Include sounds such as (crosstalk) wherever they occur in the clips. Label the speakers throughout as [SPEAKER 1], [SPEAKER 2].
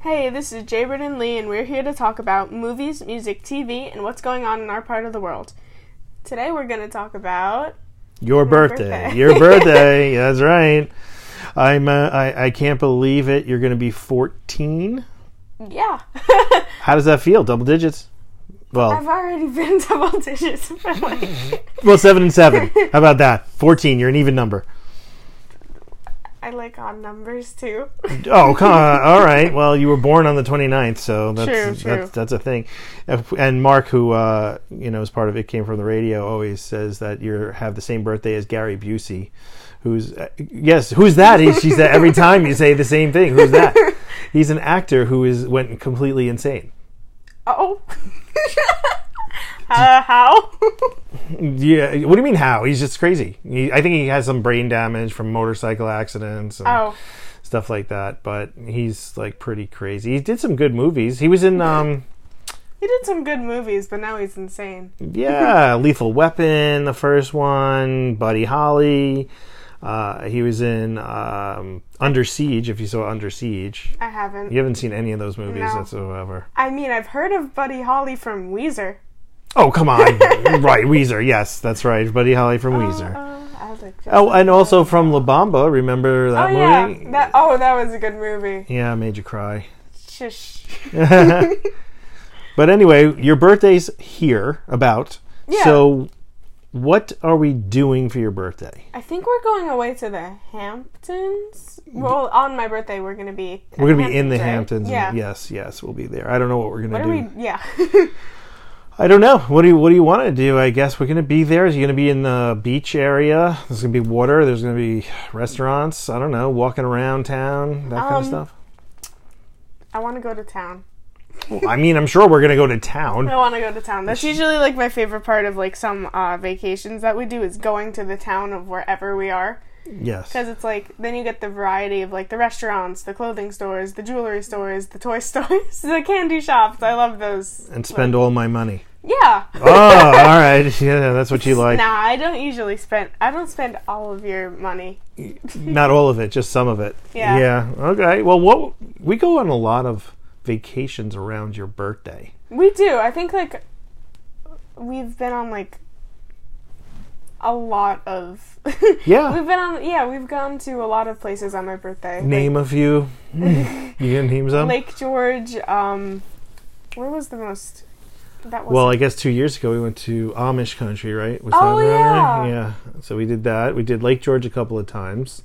[SPEAKER 1] Hey, this is Jay and Lee, and we're here to talk about movies, music, TV, and what's going on in our part of the world. Today we're going to talk about.
[SPEAKER 2] Your birthday.
[SPEAKER 1] birthday.
[SPEAKER 2] Your birthday. That's right. I'm. Uh, I, I can't believe it. You're going to be 14.
[SPEAKER 1] Yeah. (laughs)
[SPEAKER 2] How does that feel? Double digits. Well,
[SPEAKER 1] I've already been double digits for like.
[SPEAKER 2] (laughs) well, seven and seven. How about that? 14. You're an even number.
[SPEAKER 1] I like odd numbers too.
[SPEAKER 2] Oh, come on. (laughs) all right. Well, you were born on the 29th, so that's
[SPEAKER 1] True,
[SPEAKER 2] that's, that's a thing. If- And Mark, who uh, you know is part of it, came from the radio. Always says that you have the same birthday as Gary Busey, who's uh, yes, who's that? He, she's that every time you say the same thing.
[SPEAKER 1] (laughs)
[SPEAKER 2] Who's that? He's an actor who is went completely insane.
[SPEAKER 1] Oh. (laughs) uh, how? (laughs)
[SPEAKER 2] Yeah. What do you mean? How? He's just crazy. He, I think he has some brain damage from motorcycle accidents. And,
[SPEAKER 1] oh.
[SPEAKER 2] stuff like that. But he's like pretty crazy. He did some good movies. He was in um
[SPEAKER 1] He did some good movies, but now he's insane.
[SPEAKER 2] yeah, Lethal Weapon, the first one, Buddy Holly. Uh, he was in um, Under Siege. If you saw Under Siege,
[SPEAKER 1] I haven't.
[SPEAKER 2] you haven't seen any of those movies
[SPEAKER 1] No.
[SPEAKER 2] whatsoever.
[SPEAKER 1] I mean, I've heard of Buddy Holly from Weezer.
[SPEAKER 2] Oh
[SPEAKER 1] (laughs)
[SPEAKER 2] come on, right? Weezer. Yes, that's right. Buddy Holly from Weezer.
[SPEAKER 1] Uh, I was like,
[SPEAKER 2] Oh, and also from La Bamba. Remember that
[SPEAKER 1] oh
[SPEAKER 2] movie?
[SPEAKER 1] yeah. That, oh, that was a good movie.
[SPEAKER 2] yeah, made you cry.
[SPEAKER 1] Shush.
[SPEAKER 2] But anyway, your birthday's here about.
[SPEAKER 1] Yeah.
[SPEAKER 2] So what are we doing for your birthday?
[SPEAKER 1] I think we're going away to the Hamptons. Well, on my birthday, we're going to be. at
[SPEAKER 2] We're going to be in the
[SPEAKER 1] right?
[SPEAKER 2] Hamptons.
[SPEAKER 1] Yeah.
[SPEAKER 2] Yes, yes, we'll be there. I don't know what we're going
[SPEAKER 1] What
[SPEAKER 2] to
[SPEAKER 1] are
[SPEAKER 2] do.
[SPEAKER 1] we? Yeah. (laughs)
[SPEAKER 2] I don't know. What do you what do you want to do? I guess we're going to be there. You're going to be in the beach area. There's going to be water. There's going to be restaurants. I don't know, walking around town, that kind
[SPEAKER 1] Um,
[SPEAKER 2] of stuff.
[SPEAKER 1] I want to go to town.
[SPEAKER 2] Well, I mean, I'm sure we're going to go to
[SPEAKER 1] (laughs)
[SPEAKER 2] town.
[SPEAKER 1] I want to go to town. That's usually like my favorite part of like some uh, vacations that we do is going to the town of wherever we are
[SPEAKER 2] Yes.
[SPEAKER 1] because it's like then you get the variety of like the restaurants, the clothing stores, the jewelry stores, the toy (laughs) stores, the candy shops. I love those.
[SPEAKER 2] And spend all my money. (laughs)
[SPEAKER 1] Yeah.
[SPEAKER 2] Oh, all right. Yeah, that's what you like.
[SPEAKER 1] Nah, I don't usually spend. I don't spend all of your money.
[SPEAKER 2] Not all of it, just some of it.
[SPEAKER 1] Yeah.
[SPEAKER 2] Yeah. Okay. Well, what we go on a lot of vacations around your birthday.
[SPEAKER 1] We do. I think like we've been on like a lot of (laughs)
[SPEAKER 2] Yeah.
[SPEAKER 1] We've been on yeah, we've gone to a lot of places on my birthday.
[SPEAKER 2] Name
[SPEAKER 1] (laughs)
[SPEAKER 2] a few. you gonna name some?
[SPEAKER 1] Lake George, um where was the most that was
[SPEAKER 2] well, I guess two years ago we went to Amish country, right? Was
[SPEAKER 1] Oh,
[SPEAKER 2] that
[SPEAKER 1] yeah.
[SPEAKER 2] right? Yeah. So we did that. We did Lake George a couple of times.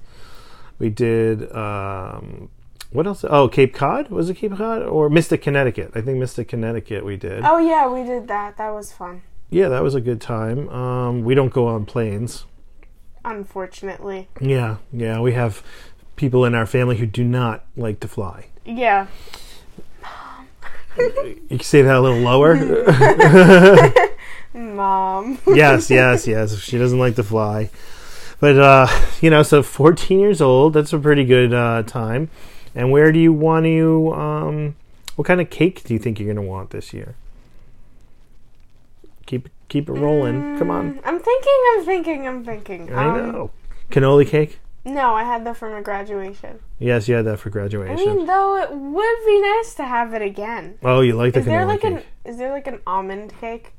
[SPEAKER 2] We did um, what else? Oh, Cape Cod was it Cape Cod or Mystic, Connecticut? I think Mystic, Connecticut. We did.
[SPEAKER 1] Oh yeah, we did that. That was fun.
[SPEAKER 2] Yeah, that was a good time. Um, we don't go on planes.
[SPEAKER 1] Unfortunately.
[SPEAKER 2] Yeah, yeah, we have people in our family who do not like to fly.
[SPEAKER 1] Yeah.
[SPEAKER 2] You can say that a
[SPEAKER 1] (laughs)
[SPEAKER 2] little lower.
[SPEAKER 1] Mom. (laughs)
[SPEAKER 2] yes, yes, yes. She doesn't like to fly, but uh, you know, so 14 years old. That's a pretty good uh, time. And where do you want to? Um, what kind of cake do you think you're going to want this year? Keep keep it rolling. Come on.
[SPEAKER 1] (laughs) I'm thinking, I'm thinking, I'm thinking.
[SPEAKER 2] I
[SPEAKER 1] Um,
[SPEAKER 2] know. Cannoli cake.
[SPEAKER 1] No, I had that from a graduation.
[SPEAKER 2] Yes, you had that for
[SPEAKER 1] I
[SPEAKER 2] graduation.
[SPEAKER 1] mean, though it would be nice to have it again.
[SPEAKER 2] oh, you like the
[SPEAKER 1] Is there
[SPEAKER 2] cannoli
[SPEAKER 1] like
[SPEAKER 2] cake?
[SPEAKER 1] an is there like an almond cake?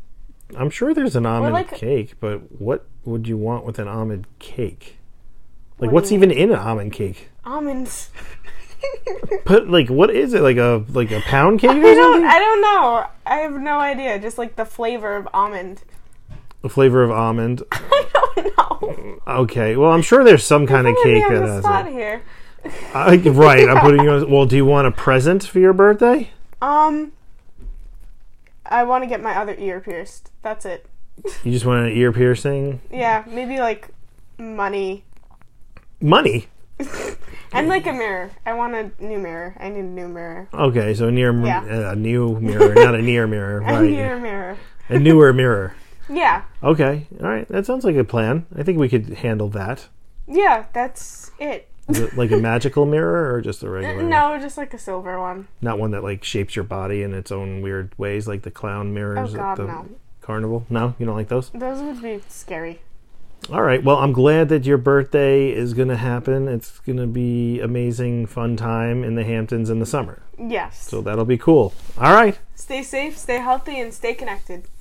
[SPEAKER 2] I'm sure there's an almond
[SPEAKER 1] like-
[SPEAKER 2] cake, but what would you want with an almond cake?
[SPEAKER 1] What
[SPEAKER 2] Like,
[SPEAKER 1] do
[SPEAKER 2] what's
[SPEAKER 1] you-
[SPEAKER 2] even in an almond cake?
[SPEAKER 1] (laughs) Almonds.
[SPEAKER 2] Put like, what is it? Like a like a pound cake
[SPEAKER 1] (laughs)
[SPEAKER 2] or
[SPEAKER 1] I
[SPEAKER 2] something?
[SPEAKER 1] don't I don't know. I have no idea. Just like the flavor of almond. (laughs)
[SPEAKER 2] The flavor of almond.
[SPEAKER 1] I don't know.
[SPEAKER 2] Okay, well, I'm sure there's some kind of
[SPEAKER 1] Put me
[SPEAKER 2] cake
[SPEAKER 1] on
[SPEAKER 2] that
[SPEAKER 1] the
[SPEAKER 2] has
[SPEAKER 1] spot (laughs)
[SPEAKER 2] it.
[SPEAKER 1] here.
[SPEAKER 2] I, right, I'm putting you. On, well, do you want a present for your birthday?
[SPEAKER 1] Um I want to get my other ear pierced. That's it.
[SPEAKER 2] You just want an ear piercing?
[SPEAKER 1] Yeah, maybe like money (laughs)
[SPEAKER 2] Money.
[SPEAKER 1] and like a mirror. I want a new mirror. I need a new mirror.
[SPEAKER 2] Okay, so a near
[SPEAKER 1] Yeah.
[SPEAKER 2] uh, a new mirror, not a near mirror,
[SPEAKER 1] I
[SPEAKER 2] right?
[SPEAKER 1] need (laughs) a mirror.
[SPEAKER 2] a newer mirror.
[SPEAKER 1] Yeah.
[SPEAKER 2] Okay, all right, that sounds like a plan. I think we could handle that.
[SPEAKER 1] Yeah, that's it.
[SPEAKER 2] Is it like a magical mirror or just a regular?
[SPEAKER 1] (laughs) No, just like a silver one.
[SPEAKER 2] Not one that like shapes your body in its own weird ways, like the clown mirrors
[SPEAKER 1] Oh, God,
[SPEAKER 2] at the
[SPEAKER 1] no.
[SPEAKER 2] carnival. No, you don't like those.
[SPEAKER 1] Those would be scary.
[SPEAKER 2] All right. Well, I'm glad that your birthday is going to happen. It's going to be amazing, fun time in the Hamptons in the summer.
[SPEAKER 1] Yes.
[SPEAKER 2] So that'll be cool. All right.
[SPEAKER 1] stay safe, stay healthy, and stay connected.